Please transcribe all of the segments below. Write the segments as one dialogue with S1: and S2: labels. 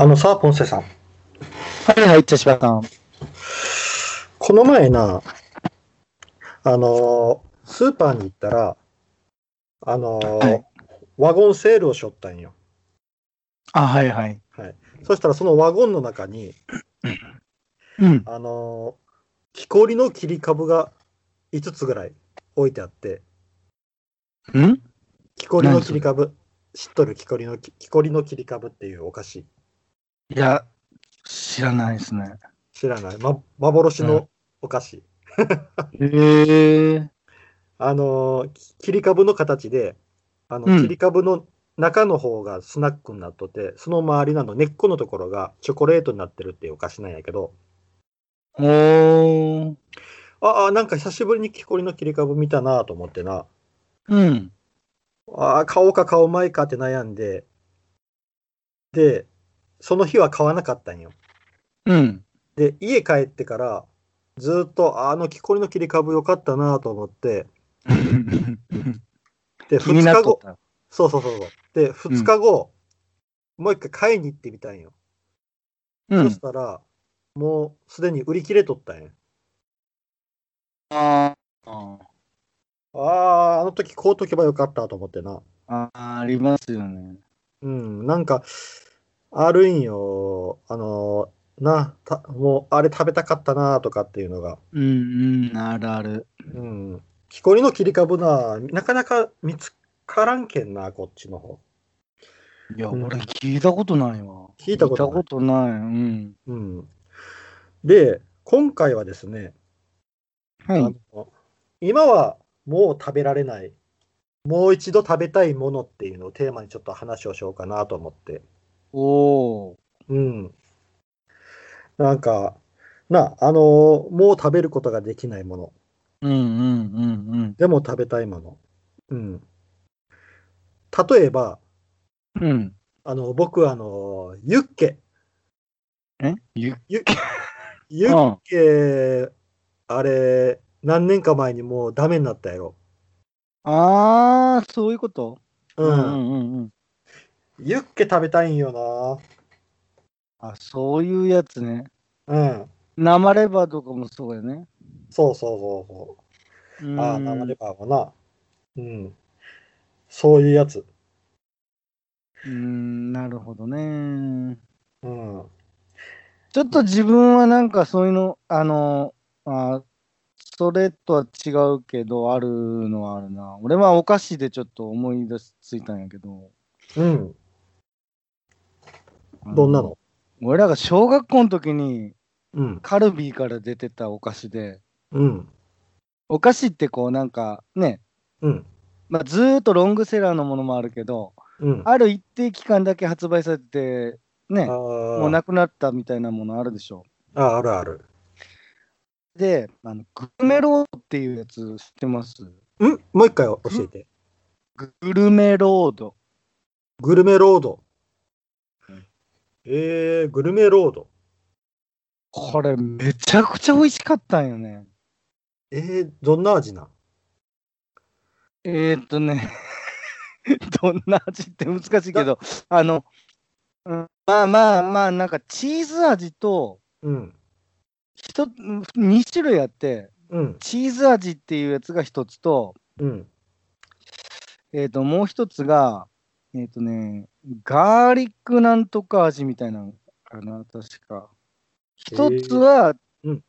S1: あのさ、ポンセさん。
S2: はいはい、茶芝さん。
S1: この前な、あのースーパーに行ったら、あのー
S2: はい
S1: ワゴンセールをしょったんよ。
S2: あ、はいはい。
S1: そしたらそのワゴンの中に、
S2: うん。
S1: あのー木こりの切り株が5つぐらい置いてあって、
S2: ん
S1: 木こりの切り株、知っとる木こりのき木こりの切り株っていうお菓子。
S2: いや、知らないですね。
S1: 知らない。ま、幻のお菓子。
S2: へえ。
S1: あのーき切り株の形で、あの
S2: うん
S1: 切り株の中の方がスナックになっとって、その周りなの根っこのところがチョコレートになってるっていうお菓子なんやけど、
S2: おー。
S1: ああ、なんか久しぶりに木こりの切り株見たなと思ってな、
S2: うん。
S1: ああ、買おうか買うまいかって悩んで、で、その日は買わなかったんよ。
S2: うん。
S1: で、家帰ってから、ずーっとああの木こりの切り株良かったなと思って、で、
S2: 気にな
S1: 2
S2: っ
S1: 日
S2: と
S1: 後
S2: っ、た。
S1: そうそうそうそう。で、2日後、もう一回買いに行ってみたんよ。
S2: う
S1: そ
S2: ん
S1: し。たら、もうすでに売り切れとったんや。
S2: あー
S1: ああ、あの時買うとけばよかったと思ってな。
S2: あー、ありますよね。
S1: うん、なんか、あるんよ。あのーな、たもうあれ食べたかったなとかっていうのが。
S2: うんうん、あるある。
S1: うん。木こりの切り株な、なかなか見つからんけんな、こっちの方。
S2: いや、
S1: うん
S2: 俺聞いたことないわ。
S1: 聞いたことない
S2: 聞いたことない。うん。
S1: うん。で、今回はですね、
S2: は
S1: あ
S2: い。
S1: の今はもう食べられない、もう一度食べたいものっていうのをテーマにちょっと話をしようかなと思って。
S2: おー。
S1: うん。なんか、な、あのーもう食べることができないもの、
S2: うんうんうん
S1: でも食べたいもの。うん。例えば、
S2: うん。うん。
S1: あの、僕、あのーユッケ、
S2: えゆ
S1: ユッケ、あれ、何年か前にもうダメになったやろ。
S2: あー、そういうことう
S1: うん。
S2: んうんうん。
S1: ユッケ食べたいんよ
S2: あ、そういうやつね。
S1: な。うん。
S2: 生レバーとかもそうやね。
S1: そうそうそうそう。
S2: うん
S1: ああ、生レバーもな。うん。そういうやつ。
S2: うん、なるほどね。
S1: うん。
S2: ちょっと自分はなんかそういうの、あの、あそれとは違うけど、あるのはあるな。俺はお菓子でちょっと思い出しついたんやけど。
S1: うん。
S2: あ
S1: どんなの
S2: 俺らが小学校の時に
S1: うん。
S2: カルビーから出てたお菓子で、
S1: うん。
S2: お菓子ってこうなんかね、
S1: うん。
S2: まあ、ずーっとロングセラーのものもあるけど、
S1: うん。
S2: ある一定期間だけ発売されて、ね、も
S1: も
S2: うなくなったみたいなものあるでしょ。
S1: あ、あるある。
S2: で、あのグルメロードっていうやつ知ってます
S1: んもう一回教えて。
S2: グルメロード。
S1: グルメロード
S2: うん。
S1: えー、グルメロード。
S2: これめちゃくちゃ美味しかったんよね。
S1: えー、どんな味なん
S2: えー、っとね、 どんな味って難しいけど、あの、うん、まあまあまあ、なんかチーズ味と、
S1: うん。
S2: 2種類あって、
S1: うん。
S2: チーズ味っていうやつが1つと、
S1: うん。
S2: えー、っと、もう1つが、えー、っとね、ガーリックなんとか味みたいなのかな、確か。一つは、
S1: えーうん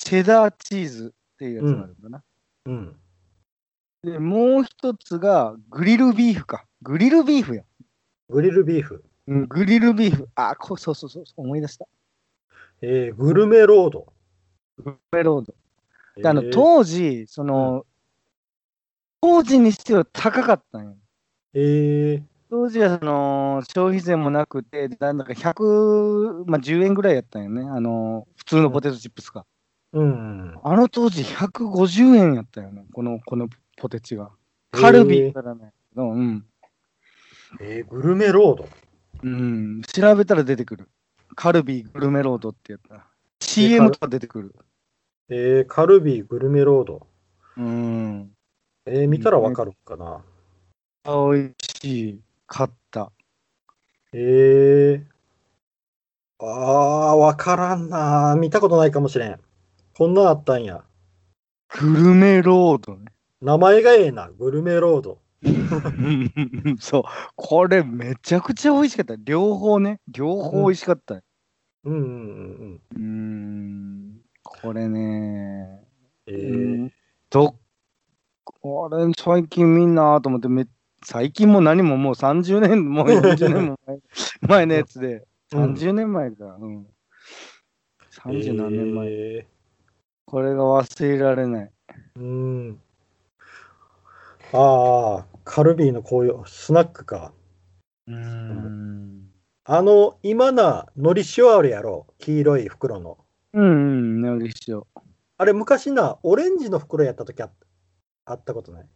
S2: チェダーチーズっていうやつがあるんだな。
S1: うん。
S2: で、もう一つがグリルビーフか。グリルビーフや。
S1: グリルビーフ。
S2: うん、グリルビーフ。あこ、そうそうそう、思い出した。
S1: えー、グルメロード。
S2: メロード。であ
S1: え
S2: の、
S1: ー
S2: 当時、その、当時にしては高かったんよ。
S1: えー、
S2: 当時はその消費税もなくて、なんだか100、まあ、10円ぐらいやったんよね。あの、普通のポテトチップスが。
S1: うん。
S2: あの当時150円やったよね、このこのポテチが。カルビからね、うん
S1: えー、グルメロード。
S2: うん。調べたら出てくる。カルビーグルメロードってやった。CM とか出てくる。
S1: えー、カルビーグルメロード。
S2: うん。
S1: えー、見たらわかるかな。
S2: あ美味しい。買った。
S1: ええああー、わからんな。見たことないかもしれん。こんなんあったんや。
S2: グルメロードね。
S1: 名前がええな。グルメロード。
S2: そう。これめちゃくちゃ美味しかった。両方ね。両方美味しかった。
S1: うんうんうん
S2: うーん。これね。
S1: うん。ええ
S2: うんどこれ最近みんなと思ってめ、最近も何ももう30年、もう40年も前前のやつで。
S1: うん
S2: 30年前か。うん。30何年前。
S1: え
S2: これが忘れられない。
S1: ーうん。ああ、カルビーの紅葉、スナックか。
S2: うーん。
S1: あの、今な、のり塩あるやろ。黄色い袋の。
S2: うんうん、なりしよ
S1: あれ、昔な、オレンジの袋やった時あっあったことない。
S2: う。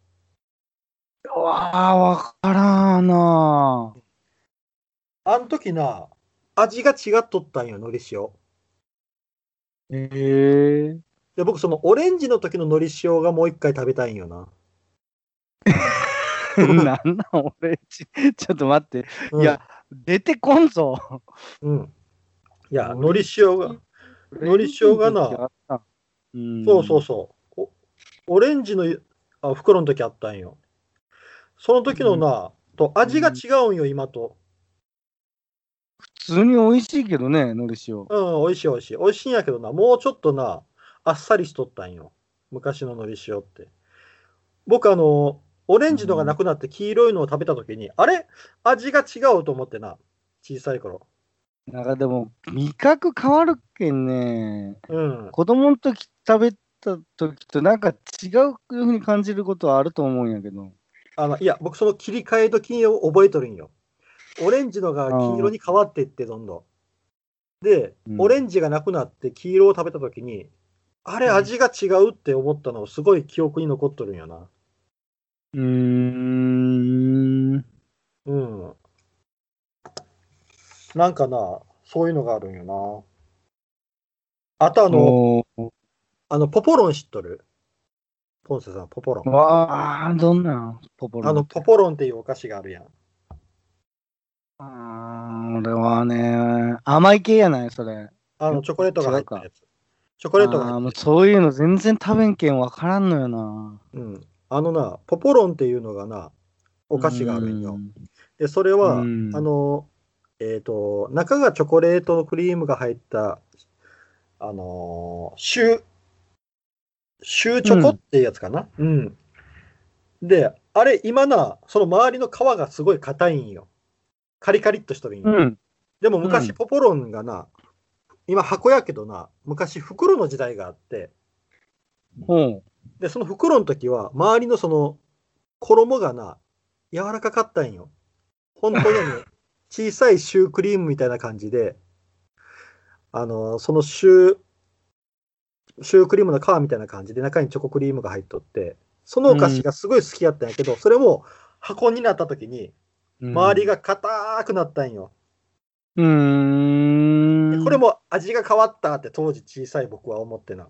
S2: うわあ、わからんなー。
S1: あの時な、味が違っとったんよ、のり塩。
S2: ええ
S1: で、僕、そのオレンジの時ののり塩がもう一回食べたいんよな。
S2: なんなん、俺ち、ちょっと待って。
S1: うん
S2: いや、出てこんぞ。
S1: うん。いや、の
S2: の
S1: り
S2: り
S1: 塩が、のり塩がな、
S2: な。うん、
S1: そうそうそう。おオレンジのあ袋の時あったんよ。その時のな、と味が違うんよ、今と。
S2: 普通に美味しいけどね、のり塩。
S1: うん、美味しい美味しい。美味しいんやけどな、もうちょっとな、あっさりしとったんよ。昔ののり塩って。僕、あの、オレンジのがなくなって黄色いのを食べた時に、あれ味が違うと思ってな、小さい頃。
S2: なんかでも、味覚変わるけんね。
S1: うん。
S2: 子供の時食べた時となんか違うふうに感じることはあると思うんやけど。
S1: あのいや、僕、その切り替え時を覚えとるんよ。オレンジのが黄色に変わっていって、どんどん。で、
S2: うん
S1: オレンジがなくなって黄色を食べた時に、あれ、味が違うって思ったの、すごい記憶に残っとるんよな。
S2: うーん。
S1: うん。なんかな、そういうのがあるんよな。あと、あの、
S2: もう
S1: あのポポロン知っとるポンセさん、ポポロン。
S2: わあ、どんなんポポロン
S1: あの、ポポロンっていうお菓子があるやん。
S2: あー俺はね、甘い系やない、それ。
S1: あの、チョコレートが入ったやつ。チョコレートが
S2: あー
S1: 入
S2: もう
S1: ったやつ。
S2: そういうの全然食べんけんわからんのよな。
S1: うん。あのな、ポポロンっていうのがな、お菓子があるんよ。
S2: うん
S1: で、それは、あ
S2: うん
S1: の、えっ、と、中がチョコレートのクリームが入った、あのーシュ、シューチョコっていうやつかな。うん。で、あれ、今な、その周りの皮がすごい硬いんよ。カリカリっとしとるんよ。
S2: うん。
S1: でも昔、
S2: うん
S1: ポポロンがな、今箱やけどな、昔袋の時代があって、
S2: ほ
S1: で、その袋の時は、周りのその、衣がな、柔らかかったんよ。本当にあの小さいシュークリームみたいな感じで、あの、そのシュー、シュークリームの皮みたいな感じで、中にチョコクリームが入っとって、そのお菓子がすごい好きやったんやけど、それも箱になった時に、
S2: う。
S1: 周りが硬くなったんよ。
S2: うー
S1: で
S2: ん。
S1: これも味が変わったって当時小さい僕は思ってな。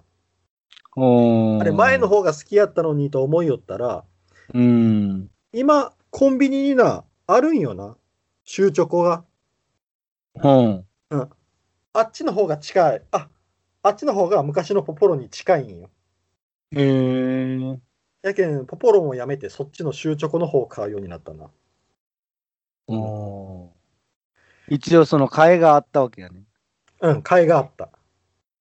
S2: も
S1: あれ前の。方が好きやったのにと思いよったら、
S2: うん。
S1: 今、コンビニにな、あるんよな。シューチョコが。
S2: ほう。
S1: うん。あっちの方が近い。あ、あっちの方が昔のポポロンに近いんよ。
S2: へえ。
S1: やけん、ポポロンをやめて、そっちのシューチョコの方を買うようになったな。
S2: おー一応その替えがあったわけやね。
S1: うん、買いがあった。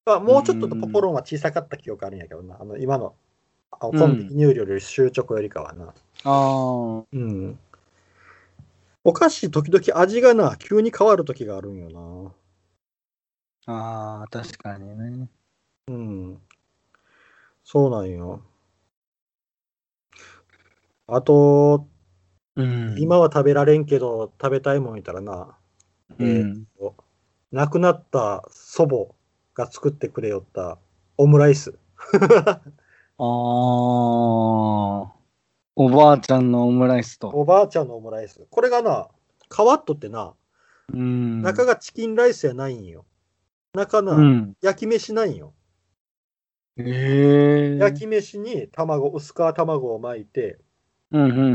S1: まあ、もうちょっとポポロンは小さかった記憶あるんやけどな。あの、今の、あコンビニ入料よりシューチョコよりかはな。
S2: ああ。
S1: うん。お菓子、時々味がな、急に変わる時があるんよな。
S2: ああ、確かにね。
S1: うん。そうなんよ。あと、
S2: うん。
S1: 今は食べられんけど、食べたいもんいたらな、
S2: う
S1: え
S2: ん。
S1: 亡くなった祖母が作ってくれよったオムライス。
S2: ああ。おばあちゃんのオムライスと。
S1: おばあちゃんのオムライス。これがな、変わっとってな、
S2: うん。
S1: 中がチキンライスやないんよ。中な、
S2: うん。
S1: 焼き飯ないんよ。
S2: へえ。
S1: 焼き飯に卵、薄皮卵を巻いて、
S2: うんうんうんう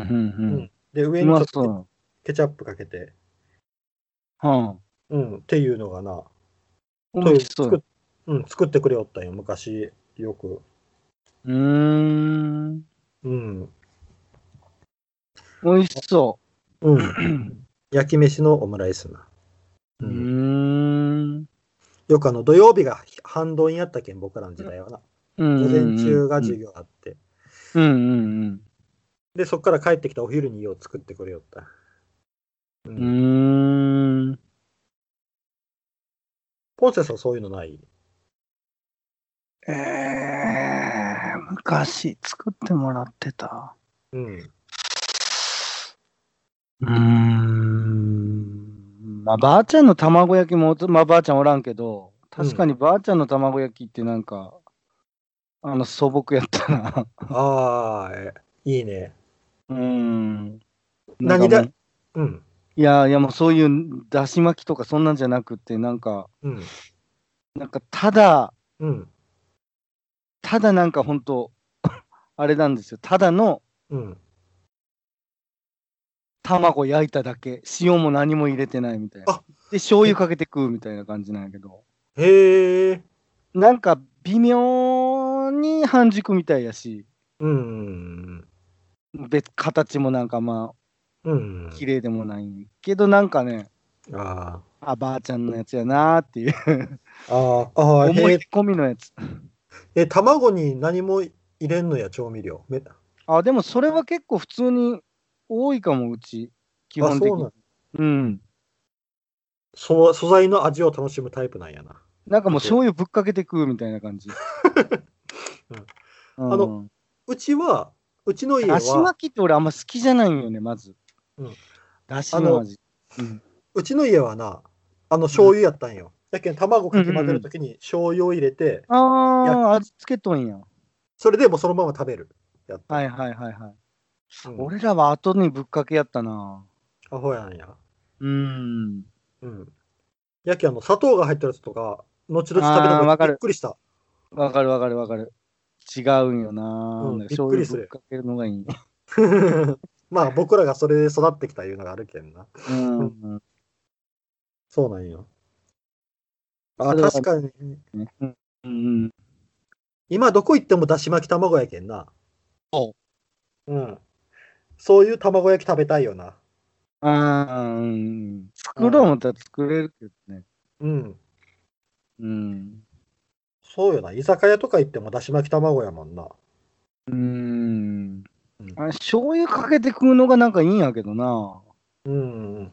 S2: ん。
S1: で、
S2: う
S1: 上にちょ
S2: ま
S1: っと
S2: そう。
S1: ケチャップかけて。
S2: うん。
S1: うん、っていうのがな、
S2: 美味しそう
S1: 作
S2: や
S1: っ。うん、作ってくれよったんよ、昔、よく。
S2: うーん。
S1: うん。
S2: 美味しそ
S1: うん。焼き飯のオムライスな。
S2: う。
S1: う。
S2: うんーん。
S1: よくあの、土曜日が半ドンやったけん、僕らの時代はな。
S2: うん
S1: 午前中が授業あって。
S2: うんうん
S1: で、そっから帰ってきたお昼によう作ってくれよった。う。
S2: うんうんん。うーん。
S1: ポンセさんそういうのない
S2: えー、昔作ってもらってた。
S1: うん。
S2: うーん。まあ、ばあちゃんの卵焼きも、まあ、ばあちゃんおらんけど、確かにばあちゃんの卵焼きってなんか、あの、素朴やったな。
S1: ああ、えいいね。
S2: うん。
S1: 何だ
S2: なんかもう
S1: うん。
S2: いやいや、もうそういうだし巻きとかそんなんじゃなくて、なんか、
S1: うん。
S2: なんかただ、
S1: うん。
S2: ただなんか本当あれなんですよ。ただの
S1: うん。
S2: 卵焼いただけ。塩も何も入れてないみたいな
S1: あ。
S2: で、醤油かけて食うみたいな感じなんやけど。
S1: へえ。
S2: なんか微妙に半熟みたいやし、
S1: うん。
S2: 別形もなんかま
S1: うん
S2: あ、。綺麗でもないけど、なんかね、
S1: あ
S2: あ、ばあちゃんのやつやなーっていう、
S1: あ。ああ。ああ。
S2: 思
S1: へ
S2: い
S1: え
S2: 込みのやつ。
S1: え、卵に何も入れんのや、調味料。め
S2: あ、でもそれは結構普通に多いかも、うち。基
S1: あ、
S2: 本的
S1: そうな
S2: に
S1: ん。
S2: うん。
S1: そ素材の味を楽しむタイプなんやな。
S2: なんかもう醤油ぶっかけて食うみたいな感じ。うん
S1: あの、うちは、うちの家
S2: だし
S1: は、
S2: 巻きって俺あんま好きじゃないんよね、まず
S1: うん。
S2: だしの味。うん
S1: うちの家はな、あの醤油やったんよ。やけん卵かき混ぜるときに醤油を入れて、
S2: ああ、味付けとんや。
S1: それでもうそのまま食べる。やった。
S2: はいはいはいはい。
S1: うん
S2: 俺らは後にぶっかけやったな。
S1: アホやんや。
S2: うん。
S1: うん。やけんあの砂糖が入ってるやつとか、後々食べ
S2: あー
S1: た
S2: わ
S1: か
S2: からる
S1: びっくりした。
S2: わかるわかるわかる。違うんよな。
S1: うん
S2: な
S1: びっ
S2: んか醤
S1: くり
S2: 油
S1: す
S2: ぶ
S1: る
S2: っかけるのがいい。
S1: まあ僕らがそれで育ってきたいうのがあるけんな。
S2: うん。
S1: そうなんよ。あ、
S2: それは
S1: 確かに。
S2: うんうん。
S1: 今どこ行ってもだし巻き卵やけんな。。
S2: そう
S1: うん。そういう卵焼き食べたいよな。
S2: あーうん。作ろう思ったら作れるけどね。
S1: うん。
S2: うん。
S1: そうよな。居酒屋とか行ってもだし巻き卵やもんな。
S2: うん
S1: うん。
S2: あれ醤油かけて食うのがなんかいいんやけどな。
S1: うん。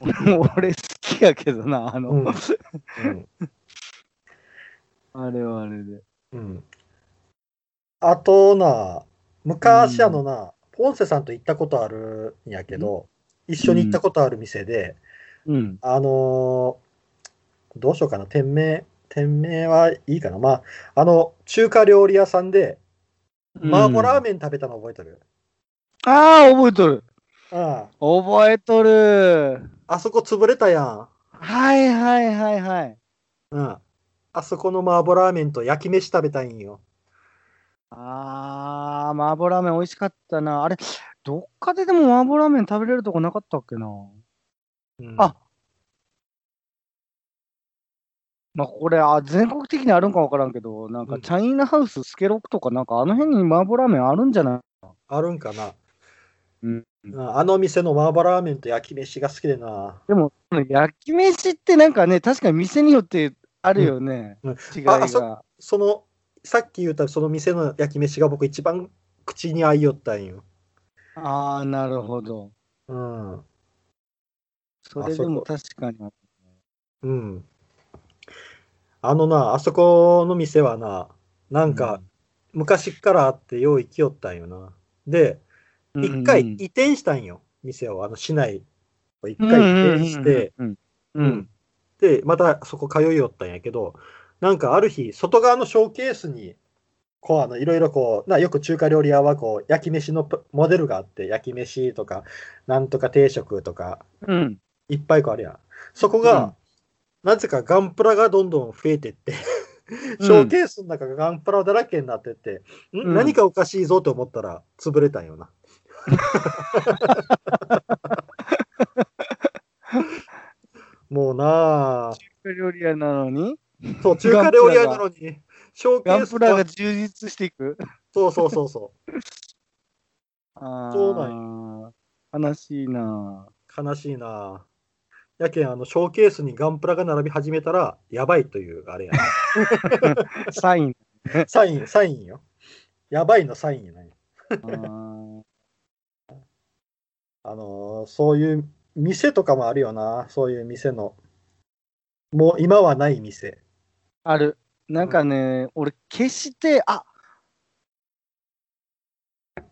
S2: 俺好きやけどな、あの、
S1: うん
S2: あ
S1: うん。
S2: れはあれで。
S1: うん。あとな、昔あのな、ポンセさんと行ったことあるんやけど、一緒に行ったことある店で、
S2: うん。
S1: あのーどうしようかな、店名、店名はいいかな。まあ、あの、中華料理屋さんで、麻婆ラー
S2: ン。
S1: メン食べたの覚えてる、
S2: ああ、覚えとる。
S1: うん、
S2: 覚えとる。
S1: あそこ潰れたやん。
S2: はいはいはいはい。
S1: うん。あそこの麻婆ラーメンと焼き飯食べたいんよ。
S2: ああ、麻婆ラーメン美味しかったな。あれ、どっかででも麻婆ラーメン食べれるとこなかったっけな。
S1: うん
S2: あまあ、これあ、全国的にあるんかわからんけど、なん
S1: う
S2: か、
S1: ん
S2: チャイナハウス、スケロクとか、なんか、あの辺に麻婆ラーメンあるんじゃない
S1: あるんかな、
S2: うん
S1: うんあの店の麻婆ラーメンと焼き飯が好きでな。
S2: でも、この焼き飯ってなんかね、確かに店によってあるよね、
S1: うんうん
S2: 違い
S1: あ
S2: が。
S1: その、さっき言ったその店の焼き飯が僕一番口に合いよったんよ。
S2: ああ、なるほど。
S1: うん。
S2: それでも確かに。
S1: うん。あのな、あそこの店はな、なんか昔っからあってよう行きよったんよな。で、
S2: うん、
S1: 一回
S2: うん
S1: 移転したんよ、店を。あの市内を一
S2: うん
S1: 回移転して、、
S2: うんうんうん
S1: で、またそこ通いよったんやけど、なんかある日、外側のショーケースに、こう、あの、いろいろこう、な、よく中華料理屋はこう、焼き飯のプモデルがあって、焼き飯とか、なんとか定食とか、
S2: うんうん
S1: いっぱいこうあるやん。そこが、なぜかガンプラがどんどん増えてって、ショーケースの中がガンプラだらけになってって、ん
S2: うん
S1: 何かおかしいぞと思ったら、潰れたんよ な。もうな
S2: 屋なのに、
S1: そう、中華料理屋なのに、ショーケ
S2: ガ
S1: ー
S2: ン
S1: ス
S2: プラが充実していく。
S1: そうそうそうそ
S2: あー
S1: そうな
S2: 悲しいな
S1: う。悲しいなやけん、あの、ショーケースにガンプラが並び始めたら、やばいという、あれやな、
S2: ぁサ イン。
S1: サイン、サインよ。やばいのサインやない。
S2: あー
S1: あのーそういう店とかもあるよな、そういう店の。もう今はない店。
S2: ある。なんかね、俺、決して、あ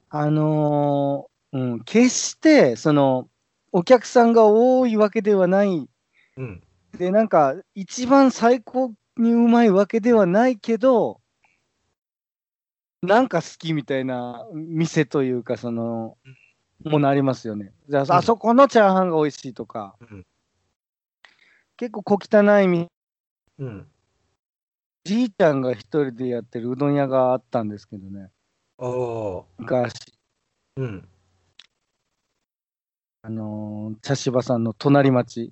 S2: あのーうん、決して、その、お客さんが多いわけではない。
S1: うん。
S2: で、なんか、一番最高にうまいわけではないけど、なんか好きみたいな店というか、その、ものありますよね。じゃあ、あそこのチャーハンが美味しいとか、
S1: うん。
S2: 結構小汚い店
S1: うん。
S2: じいちゃんが一人でやってるうどん屋があったんですけどね、
S1: ああ。
S2: 昔、
S1: うん。
S2: あのー茶芝さんの隣町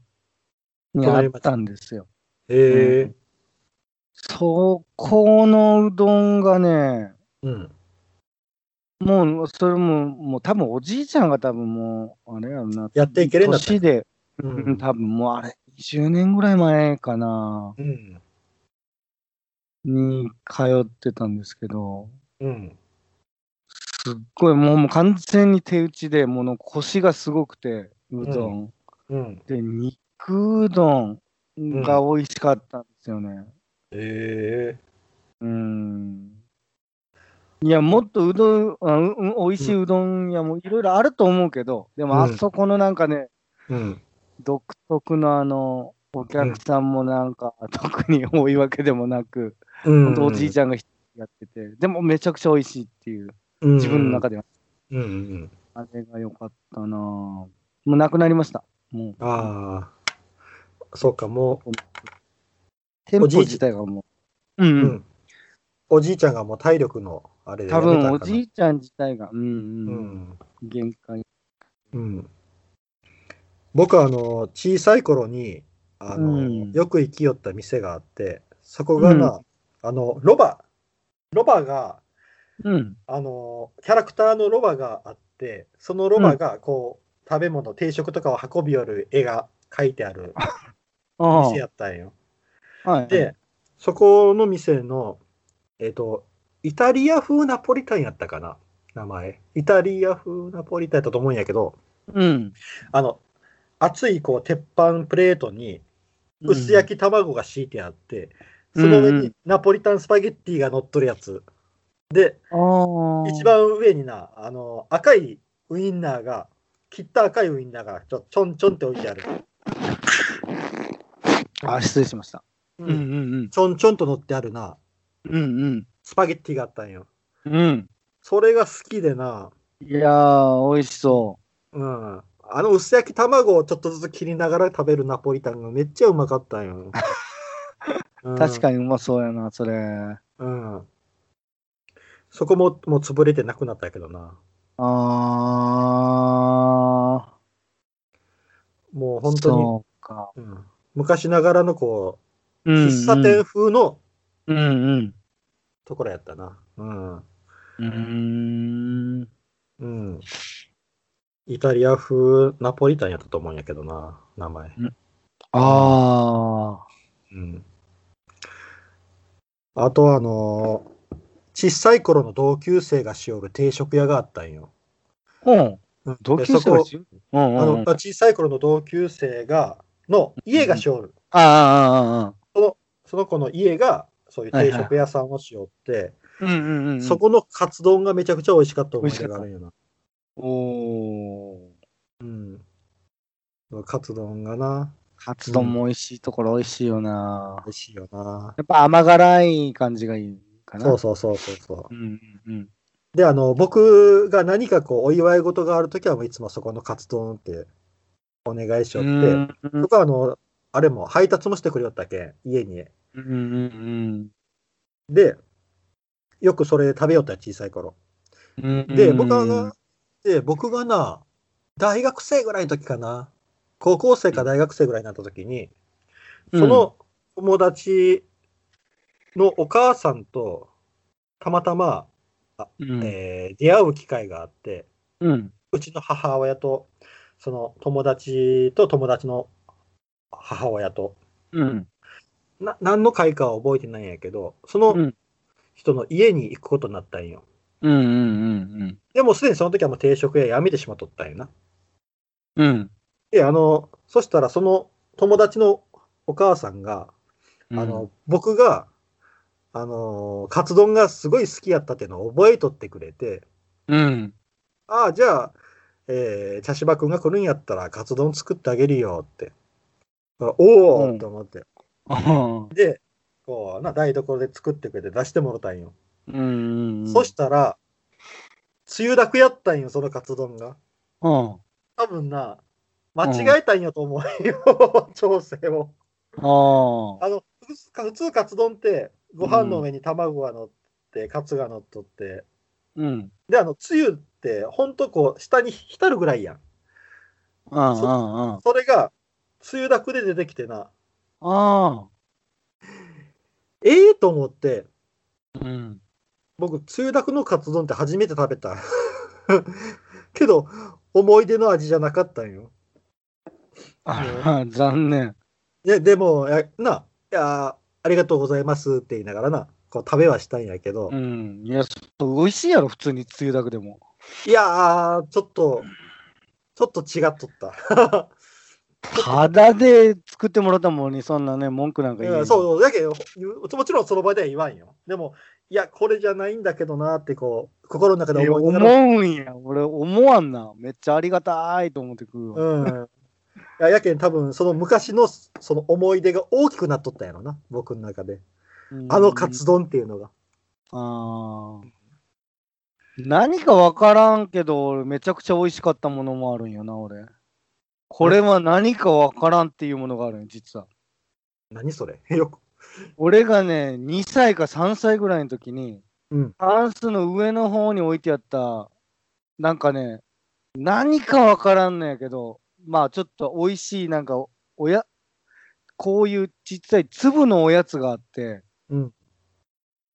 S2: にあったんですよ。
S1: へえ。
S2: そこのうどんがね、
S1: うん。
S2: もう、それも、もう多分おじいちゃんが多分もう、あれやろな、
S1: やっていけるんだった
S2: 年で、
S1: う
S2: うん多分もうあれ、20年ぐらい前かな、
S1: うん。
S2: に通ってたんですけど、
S1: うん。
S2: すっごいもうもう完全に手打ちで、もうの腰がすごくて、うどん
S1: うん。
S2: で、肉うどんが美味しかったんですよね。
S1: へえ。
S2: うん。いや、もっとうどん、あううん美味しいうどん屋もいろいろあると思うけど、で
S1: うん
S2: もあそこのなんかね、
S1: うん。
S2: 独特のあの、お客さんもなんか、特に多いわけでもなく、
S1: う
S2: ほんとおじいち
S1: ゃ
S2: ゃんが一人でやってて、でもめちゃくちゃ美味しいっていう、
S1: ん、
S2: 自分の中
S1: で。
S2: では、
S1: うんうん。
S2: あれが良かったなぁもうなくなりました。もう、
S1: ああ。そうか、も
S2: 店
S1: おじいちゃん
S2: 舗自体がもう、う
S1: う、
S2: ん
S1: う
S2: うん
S1: ん。おじいちゃんがもう体力のあれでや
S2: 多
S1: めたんか
S2: 分
S1: な。
S2: おじいちゃん自体が、うん
S1: う
S2: うん、
S1: ん。
S2: 限界。
S1: うん、僕はあの小さい頃にあの、
S2: うん
S1: よく行きよった店があってそこがな、あのロバロバが
S2: うん。
S1: あのキャラクターのロバがあってそのロバがこう、食べ物定食とかを運び寄る絵が描いてある
S2: あ
S1: 店やったんよ。
S2: あ、はい。
S1: でそこの店のえっ、とイタリア風ナポリタンやったかな名前イタリア風ナポリタンやったと思うんやけど
S2: うん。
S1: あの、熱いこう鉄板プレートに薄焼き卵が敷いてあって、
S2: うん
S1: その上
S2: うんう
S1: に
S2: ん
S1: ナポリタンスパゲッティが乗っとるやつ。で、
S2: き。ああ。
S1: 一。番上にな、あの、赤いウインナーが、切った赤いウインナーがちょちょんちょんって置いてある。
S2: あ、失礼しました。
S1: う
S2: うんうん
S1: ちょんちょんと乗ってあるな、
S2: うん。うん
S1: スパゲッティがあったんよ。
S2: うん。うん。
S1: それが好きでな、
S2: いやー、美味しそ
S1: うん。あの薄焼き卵をちょっとずつ切りながら食べるナポリタンがめっちゃうまかったん よ。
S2: う。
S1: 確
S2: 確かにうまそうやな、それ。あ
S1: うん。そこももう潰れてなくなったけどな。
S2: あ。
S1: もう本当
S2: そうか。
S1: に、うん昔ながらのこ
S2: う
S1: う、
S2: んうん
S1: 喫茶店。風の
S2: うん
S1: ところやったな。うん。
S2: うん。うーん。
S1: うん。イタリア風ナポリタンやったと思うんやけどな、名前。
S2: ああ。
S1: うん。あとあのー小さい頃の同級生がしおる定食屋があったんよ。
S2: うん。
S1: うん
S2: 同級生
S1: で
S2: は
S1: そこ
S2: 十うんうん
S1: あの
S2: うん。あ
S1: 小さい頃の同級生が、の家がしおる。
S2: あ、ああ、ああ。
S1: その子の家が、そういう定食屋さんをしよって、
S2: うんうんうんうん。
S1: そこのカツ丼がめちゃくちゃ美味しかった思い出があるんやな。
S2: おー。
S1: うん。カツ丼がな、
S2: カツ丼も美味しいところ美味しいよな。
S1: 美味しいよな。
S2: やっぱ甘辛い感じがいいかな。。
S1: そうそうそうそうそう
S2: うんうん
S1: う。で、あの、僕が何かこう、お祝い事があるときは、もういつもそこのカツ丼ってお願いし
S2: う
S1: よっ
S2: ん。
S1: て、
S2: うん
S1: 僕はあの、あれも配達もしてくれよったけん、家に。
S2: うんうん
S1: で、よくそれ食べよった小さい頃。
S2: うんうん。
S1: で、僕が、で、僕がな、大学生ぐらいの時かな、高校生か大学生ぐらいになった時に、
S2: うん
S1: その友達のお母さんと、たまたま、
S2: うん。
S1: えー出会う機会があって、
S2: うん。
S1: うちの母親と、その友達と友達の母親と、
S2: うん。
S1: な何の会かは覚えてないんやけど、その
S2: うん
S1: 人の家に行くことになったんよ。
S2: うん。うん。
S1: でもすでにその時はもう定食屋辞めてしまっとったんよな。
S2: うん。うん。
S1: で、あの、そしたらその友達のお母さんが、
S2: うん
S1: あ、の、僕が、あの、カツ丼がすごい好きやったっていうのを覚えとってくれて、
S2: うん。
S1: ああ、じゃあ、えー、茶芝くんが来るんやったらカツ丼作ってあげるよって。あお
S2: う
S1: お
S2: ん
S1: って思って。
S2: あは
S1: で、こうな、台所で作ってくれて出してもらったんよ。
S2: うん。
S1: そしたら、つゆだくやったんよ、そのカツ丼が。
S2: うん。
S1: 多分な、間違えたんやと思うよ、 調整を。
S2: ああ。
S1: あの、普通普通カツ丼って、ご飯の上に卵が乗って、カツが乗っとって、
S2: うん。
S1: で、あの、つゆって、ほんとこう、下に浸るぐらいやん。
S2: ああ。あ
S1: それが、つゆだくで出てきてな、
S2: あ。
S1: ええと思って、
S2: うん。
S1: 僕、つゆだくのカツ丼って初めて食べた。 けど、思い出の味じゃなかったんよ。
S2: あら、残念。
S1: いや、でも、やな、いや、ありがとうございますって言いながらな、こう食べはしたんやけど、
S2: うん。いや、そう美味しいやろ、普通につゆだくでも。
S1: いやー、ちょっと、ちょっと違っとった。
S2: ただで作ってもらったものに、そんなね、文句なんか
S1: い
S2: 言えな
S1: や
S2: い。
S1: そう、だけど、もちろんその場では言わんよ。でも、いや、これじゃないんだけどなって、こう、心の中
S2: い
S1: で
S2: や
S1: 思いな
S2: 思
S1: がら、
S2: うんや。俺、思わんな。めっちゃありがたいと思ってくるわ。
S1: うん。いややけん、多分その昔のその思い出が大きくなっとったんやろな、僕の中で。 あのカツ丼っていうのが。
S2: あー何か分からんけど、俺めちゃくちゃ美味しかったものもあるんよな、俺。これは何か分からんっていうものがあるんよ、実は。
S1: 何それ よく。
S2: 俺がね、2歳か3歳ぐらいの時に、
S1: うん
S2: タンスの上の方に置いてあった、なんかね、何か分からんのやけど、まあちょっと美味しい、なんか、おや、こういうちっちゃい粒のおやつがあって、
S1: うん。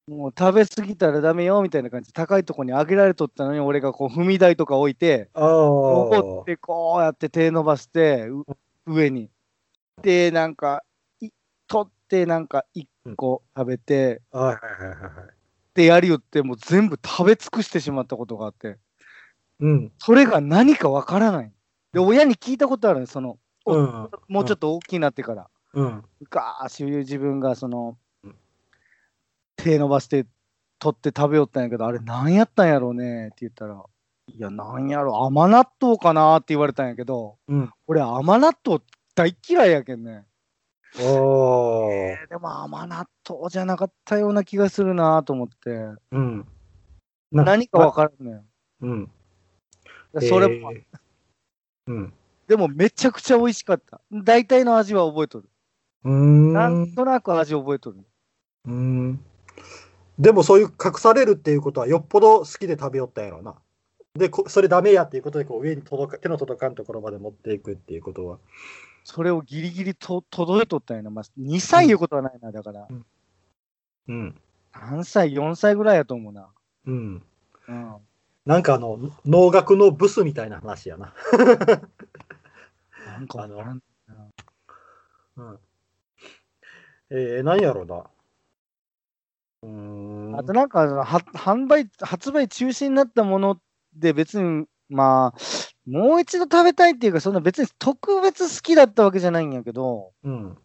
S2: もう食べ過ぎたらダメよみたいな感じで高いとこに上げられとったのに俺がこう踏み台とか置いて
S1: ああ。
S2: 怒ってこうやって手伸ばしてう上にでなんかい取ってなんか一個食べて
S1: はいはいはいはいはい。
S2: でやりよってもう全部食べ尽くしてしまったことがあって
S1: うん。
S2: それが何かわからないで親に聞いたことあるのその
S1: うん。
S2: もうちょっと大きくなってから
S1: うん。
S2: 昔自分がその
S1: うん
S2: 手伸ばして取って食べよったんやけどあれ何やったんやろうねって言ったら「いや何やろ甘納豆かな」って言われたんやけど
S1: うん。
S2: 俺甘納豆大嫌いやけんね
S1: おー。
S2: でも甘納豆じゃなかったような気がするなと思って
S1: うん。な
S2: 何か分からんね
S1: うん。
S2: んそれも、
S1: えーうん。
S2: でもめちゃくちゃ美味しかった大体の味は覚えとる
S1: うーん。
S2: なんとなく味覚えとる
S1: うーん。でもそういう隠されるっていうことはよっぽど好きで食べよったんやろな。で、こそれダメやっていうことでこう上に届か手の届かんところまで持っていくっていうことは。
S2: それをギリギリと届いとったんやな、まあ、2歳いうことはないなだから
S1: うん。
S2: 3歳、4歳ぐらいやと思うな。
S1: うん。
S2: うん、
S1: なんかあの、農学のブスみたいな話やな。
S2: なんかわからん、
S1: うん。えー、何やろうな。うーん。
S2: あとなんかそのは販売、発売中止になったもので別に、まあ、もう一度食べたいっていうか、そんな別に特別好きだったわけじゃないんやけど、
S1: うん。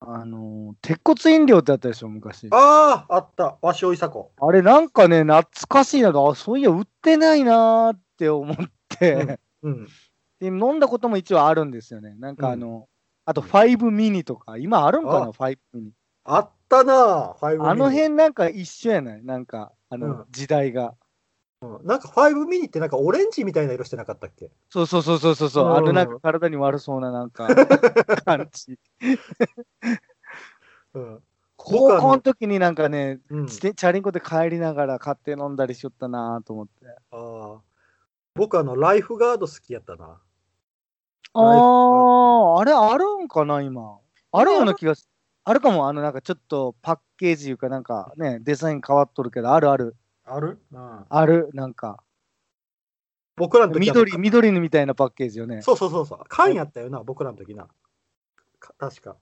S2: あの、鉄骨飲料ってあったでしょ、昔。あ
S1: ああ、あった。わしおいさこ。
S2: れなんかね、懐かしいなと、あ、そういや、売ってないなーって思って、
S1: うん。
S2: で飲んだことも一応あるんですよね。なんかあの、あと5ミニとか、今あるんかな、
S1: あ
S2: 5ミニ。
S1: あったなぁ、5
S2: あの辺なんか一緒やないなんか、あ
S1: うん
S2: の、時代が。
S1: うんなんか5ミニってなんかオレンジみたいな色してなかったっけ
S2: そうそうそうそうそうそう、
S1: うん
S2: あのなんか体に悪そうななんか感じ。
S1: うん。僕
S2: 高
S1: あ
S2: 校の
S1: の
S2: 時になんかね、
S1: うん、
S2: 自転チャリンコで帰りながら買って飲んだりしよったなと思って。
S1: あー僕あの、ライフガード好きやったな。
S2: ああ、あれあるんかな、今。あるような気がすあるかも、あの、なんかちょっとパッケージいうかなんかね、デザイン変わっとるけど、あるある、
S1: ある、うん、
S2: ある、なんか、
S1: 僕らの時は
S2: 緑、緑のみたいなパッケージよ ね。
S1: そうそうそうそう。缶やったよな、僕らの時な。か確か。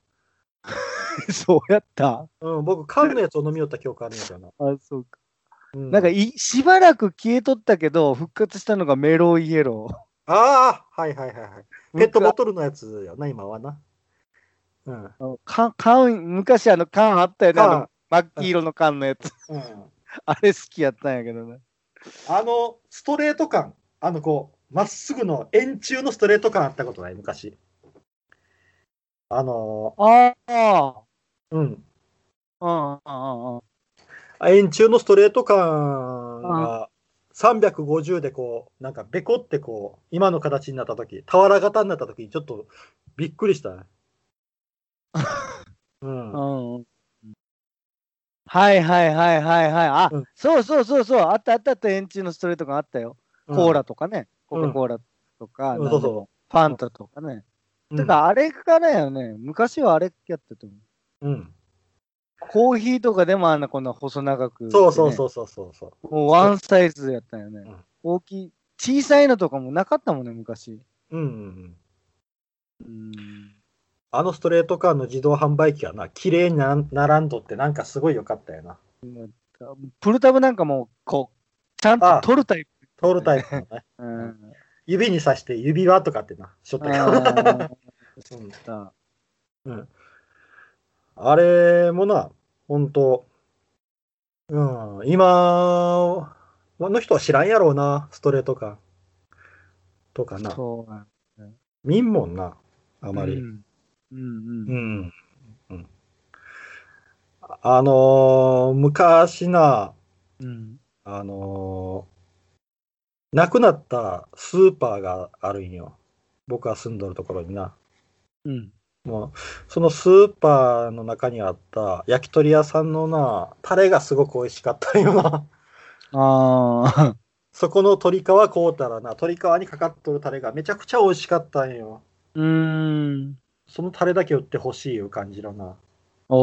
S2: そうやった。
S1: うん、僕、缶のやつを飲みよった記憶あるんやけどな。
S2: あ、そうか。
S1: うん、
S2: なんかい、しばらく消えとったけど、復活したのがメロイエロ
S1: ああ、はいはいはいはい。
S2: ー。
S1: ペットボトルのやつよな、今はな。うん。
S2: ル。缶、缶、昔あの缶あったよね、あの
S1: 缶、
S2: 真っ黄色の缶のやつ。
S1: うん、
S2: あれ好きやったんやけどね。
S1: あの、ストレート感、あの、こう、まっすぐの円柱のストレート感あったことない、昔。あの
S2: ああ、
S1: ー、うん。
S2: うんうんうん。
S1: 円柱のストレート感が350でこう、なんかベコってこう、今の形になったとき、俵型になったときにちょっとびっくりした ね。うん。
S2: うんはいはいはいはいはい。あ、
S1: うん
S2: そうそうそうそう。あったあったあった。円柱のストレートがあったよ。コーラとかね。
S1: うん
S2: コカ・コーラとか、
S1: うん
S2: なん
S1: そう
S2: で
S1: そ
S2: もファンタとかね。
S1: うん。
S2: てか、あれからやね。昔はあれやってたと思う。
S1: うん。
S2: コーヒーとかでもあんなこんな細長く、
S1: そうそうそううそうそうそう。
S2: う。もうワンサイズやったよね。
S1: うん
S2: 大きい。小さいのとかもなかったもんね、昔。
S1: うんうんうん。
S2: うん。
S1: あのストレート感の自動販売機がな、綺麗にな並んどってなんかすごい良かったよな。
S2: プルタブなんかもう、こう、ちゃんと取るタイプ。
S1: 通るタイプのね。
S2: うん。
S1: 指に刺して指輪とかってな、しょったけど。
S2: あー
S1: うん
S2: だ
S1: うん。あれもな、本当うん、今の人は知らんやろうな、ストレート感。とかな。
S2: そうなん
S1: 見んもんな、あ
S2: あ
S1: ま
S2: う
S1: り。
S2: んうん
S1: う
S2: うん。
S1: ん。うんあのー昔な、
S2: うん。
S1: あのー亡くなったスーパーがあるんよ。僕が住んどるところにな。
S2: うん。
S1: もうそのスーパーの中にあった焼き鳥屋さんのなタレがすごく美味しかったよな
S2: ああ。
S1: そこの鶏皮買うたらな鶏皮にかかっとるタレがめちゃくちゃ美味しかったんよ
S2: うーん。
S1: そのタレだけ売ってほしいいう感じだな、
S2: お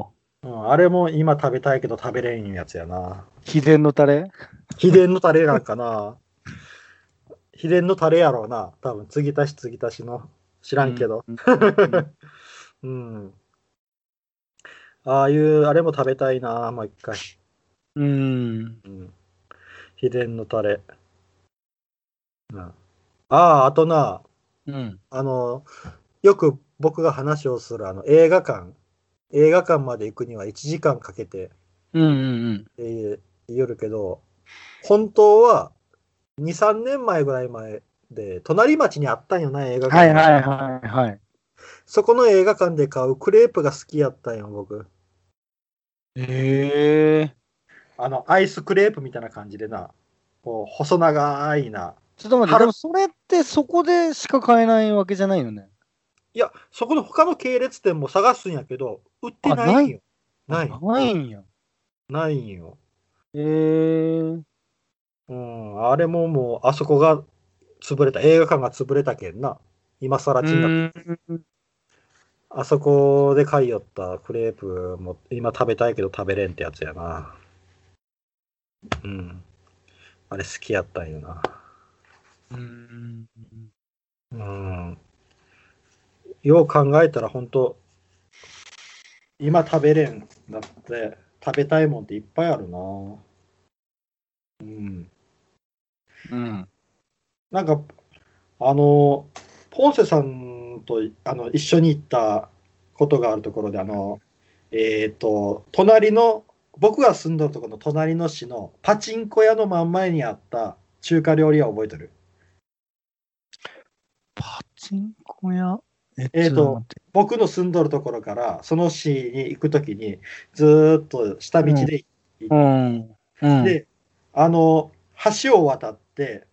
S2: お。
S1: うん、あれも今食べたいけど食べれんいうやつやな
S2: 秘伝のタレ
S1: 秘伝のタレなんかな 秘伝のタレやろうな多分継ぎ足し継ぎ足しの知らんけど、
S2: うん。
S1: うん。ああいう、あれも食べたいな、もう一回。
S2: うん。
S1: うん。秘伝のタレ。うん、ああ、あとな、
S2: うん。
S1: あの、よく僕が話をするあの映画館。映画館まで行くには1時間かけて、
S2: うんうん
S1: えー言いよるけど、本当は2、3年前ぐらい前で、隣町にあったんよな、映
S2: う
S1: 画
S2: ん。は
S1: 館。
S2: いはいはいはい。
S1: そこの映画館で買うクレープが好きやったんよ、僕。
S2: へえ。
S1: あの、アイスクレープみたいな感じでな、こう、細長いな。
S2: ちょっと待って、
S1: 春
S2: でもそれってそこでしか買えないわけじゃないよね。
S1: いや、そこの他の系列店も探すんやけど、売ってないんよ。ない。
S2: ないんや。
S1: ないんよ。
S2: へえ。
S1: うん、あれももう、あそこが潰れた、映画館が潰れたけんな。今更
S2: う
S1: ちんな、
S2: ん
S1: あそこで買いよったクレープも今食べたいけど食べれんってやつやな。うん。あれ好きやったんよな。
S2: うん。
S1: うんよう考えたら本当今食べれんだって食べたいもんっていっぱいあるなうん
S2: うん。
S1: なんかあのポンセさんとあの一緒に行ったことがあるところであのえっ、と隣の僕が住んどるところの隣の市のパチンコ屋の真ん前にあった中華料理屋覚えてる
S2: パチンコ屋え
S1: えーと
S2: ちょっ待って
S1: 僕の住んどるところからその市に行くときにずーっと下道で
S2: うん。うん、
S1: で、あの橋を渡って、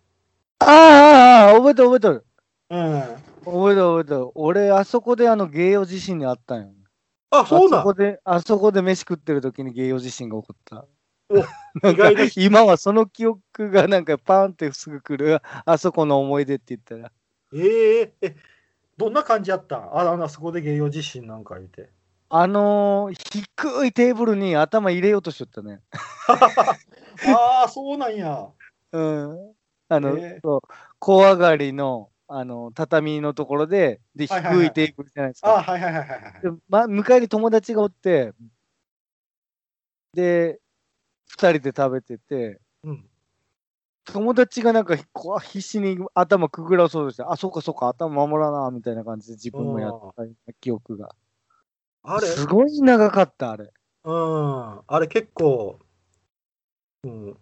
S2: ああああ、覚えてる覚えてる。
S1: うん、あ
S2: 覚えてる覚えてる。俺、あそこであの芸用地震にあったんよ。
S1: そうな
S2: あ
S1: ん
S2: そこで、あそこで飯食ってる時に芸用地震が起こった。
S1: 意外
S2: なん
S1: で
S2: か今はその記憶がなんかパーンってすぐ来る、あそこの思い出って言ったら。
S1: えええどんな感じやったんああのあそこで芸用地震なんか言うて
S2: あのー低いテーブルに頭入れようとしとったね。
S1: ああ、そうなんや。
S2: うん。あの、
S1: へえ
S2: そう小上がりの、あの、畳のところで、で、
S1: はいはいは
S2: 低
S1: い
S2: いテーブルじゃないですか。
S1: ああ、はいはいはいはいはい。
S2: で、ま、向かいに友達がおって、で、二人で食べてて、
S1: うん。
S2: 友達がなんかひこわ必死に頭くぐらそうとして、あ、そっかそっか、頭守らな、みたいな感じで自分もやった記憶が。
S1: あれ、
S2: すごい長かった、あれ。
S1: うん。あれ結構、うん。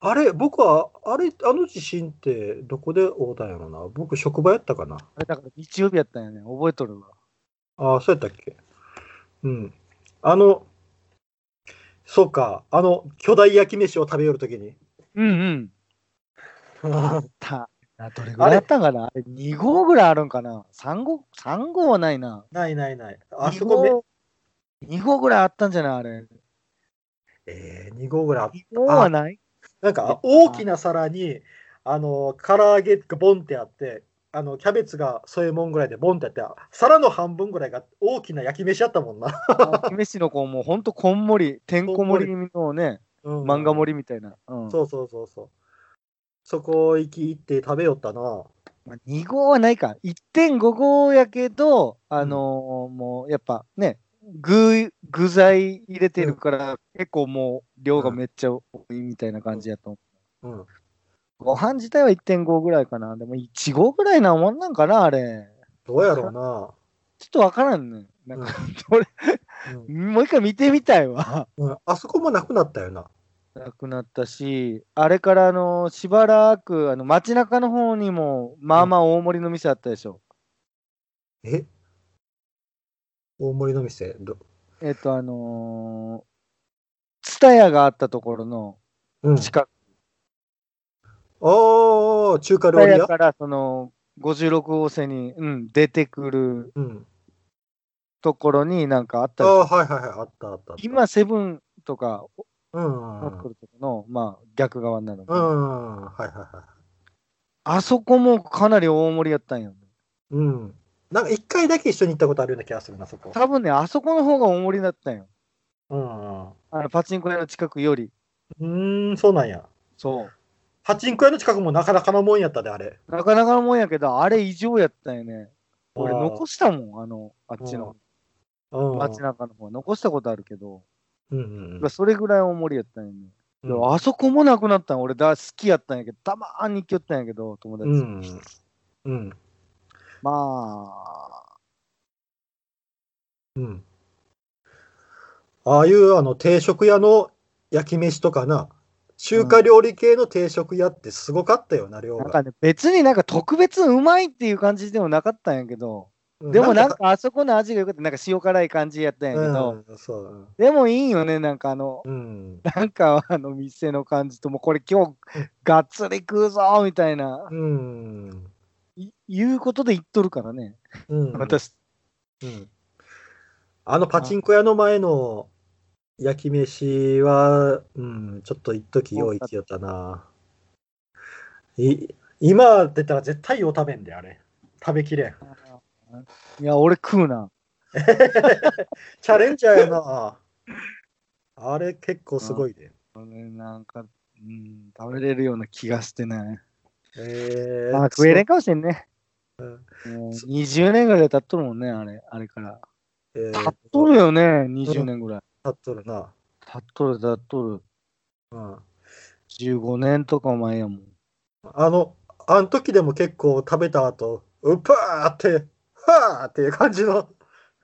S1: あれ、僕は、あれ、あの地震ってどこで会うたんやろな。僕、職場やったかな。
S2: あれだから日曜日やったんやね。覚えとるわ。
S1: ああ、そうやったっけ。うん。あの、そうか、あの、巨大焼き飯を食べよるとき に。
S2: うんうん。あ
S1: あ
S2: った。どれぐらいやったんかなあれ ?2 号ぐらいあるんかな ?3 号 ?3 号はないな。
S1: ないないない。あそ
S2: 2
S1: こめ、
S2: 号2号ぐらいあったんじゃないあれ。
S1: えー、2号ぐらいあっ
S2: 2号はない
S1: なんか大きな皿に、あの、唐揚げがボンってあって、あの、キャベツがそういうもんぐらいでボンってあって、皿の半分ぐらいが大きな焼き飯やったもんな。
S2: 飯の子もほんとこんもり、てんこ盛りのね、
S1: うん
S2: 漫画盛りみたいな。うん
S1: そうそうそうそう。そこ行き行って食べよったな。
S2: まあ、2号はないか。1.5号やけど、あのーもうやっぱね、具、具材入れてるから、結構もう量がめっちゃ多いみたいな感じやと思う
S1: うん。
S2: ご飯自体は1.5ぐらいかな。でも1号ぐらいなもんなんかな、あれ。
S1: どうやろうな。
S2: ちょっとわからんね。なんか、どれ
S1: うん
S2: もう一回見てみたいわ。
S1: うん、あそこもなくなったよな。
S2: なくなったし、あれから、あの、しばらく、あの、街中の方にも、まあまあ大盛りの店あったでしょ。
S1: え大盛りの店ど
S2: えっと、あのー、ツタヤがあったところの
S1: うん。
S2: 近く、
S1: ああ、中華
S2: ツ
S1: 料
S2: タ
S1: 理
S2: ヤ
S1: 屋
S2: から、その、56号線に、うん、出てくる
S1: うん。
S2: ところになんかあっ
S1: あ
S2: たでしょ。
S1: あ、はいはいはい。あったあったあった。
S2: 今、セブンとか、
S1: うんう
S2: ナ
S1: ん
S2: ックルとかの、まあ、逆側になるのか
S1: う。
S2: なん
S1: うん。はいはいはい。
S2: あそこもかなり大盛りやったんよ、ね。
S1: うん。なんか一回だけ一緒に行ったことあるような気がするな、そこ。
S2: 多分ね、あそこの方が大盛りだったんよ。
S1: うん。う
S2: あのパチンコ屋の近くより。
S1: ーん、そうなんや。
S2: そ
S1: パチンコ屋の近くもなかなかのもんやったで、あれ。
S2: う。なかなかのもんやけど、あれ異常やったんよね。俺
S1: あー
S2: 残したもん、あの、あっちの、
S1: うん。
S2: 街中の方。残したことあるけど、
S1: うんうん
S2: それぐらい大盛りやったんよね。
S1: う
S2: で
S1: ん。
S2: もあそこもなくなったん俺だ好きやったんやけど、たまーに行きよったんやけど、友達。
S1: うん。うん。
S2: まあ、
S1: うん。ああいうあの定食屋の焼き飯とかな、中華料理系の定食屋ってすごかったよな、量
S2: なん
S1: が。
S2: かね、別になんか特別うまいっていう感じでもなかったんやけど、
S1: う
S2: でもなんか、あそこの味が良かった、なんか塩辛い感じやったんやけど、
S1: うん、そう。
S2: でもいいよね、なんかあの、
S1: うん。
S2: なんかあの店の感じと、もうこれ今日がっつり食うぞみたいな、
S1: うん。
S2: いいうことで言っとるからね。
S1: うん。
S2: 私、
S1: うんあのパチンコ屋の前の焼き飯は、うん、ちょっと一時用意きよったな。い今出たら絶対よう食べんで、あれ。食べきれん。
S2: いや、俺食うな。
S1: チャレンジャーや な。あれ結構すごいで。
S2: 俺なんか、うん、食べれるような気がしてね。
S1: えー
S2: まあ、食えれんかもしれんね。
S1: うん
S2: もう20年ぐらい経っとるもんね、あれ、あれから。
S1: えー
S2: 経っとるよね、20年ぐらい。
S1: 立っとるな。
S2: 経っとる、経っとる。
S1: うん。
S2: 15年とか前やもん。
S1: あの、あの時でも結構食べた後、うっぱーって、はーっていう感じの。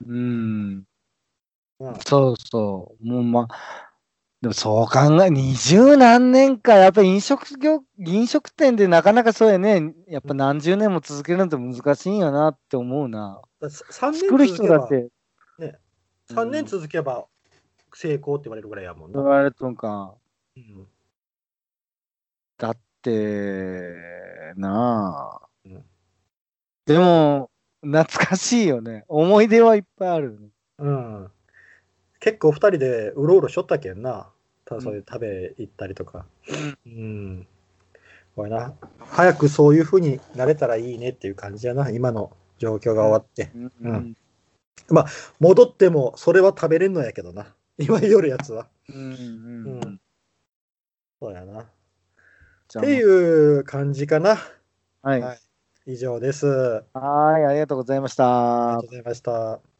S2: うん。
S1: うん
S2: そうそう。もうまあ、でもそう考え、二十何年か、やっぱり飲食業、飲食店でなかなかそうやね、やっぱ何十年も続けるのって難しいんやなって思うな。
S1: 3
S2: 作る
S1: 年続
S2: 人
S1: け
S2: だ
S1: ば
S2: っ、て
S1: ね、
S2: うん
S1: 3年続けば成功って言われるぐらいやもん
S2: 言
S1: な。
S2: われとんか。
S1: うん
S2: だって、なあ。
S1: うん
S2: でも、懐かしいよね。思い出はいっぱいある、ね。
S1: うん。結構2人でうろうろしょったけんな。ただそういう食べ行ったりとか。うん。これな。早くそういう風になれたらいいねっていう感じやな。今の状況が終わって。
S2: うん
S1: うん戻ってもそれは食べれんのやけどな今夜るやつは
S2: うんうん
S1: う
S2: うんん。
S1: そうやなっ
S2: じゃあ
S1: ていう感じかな
S2: はい。
S1: はい以上ですあ
S2: はい、ありがとうございました
S1: りがとう。ございました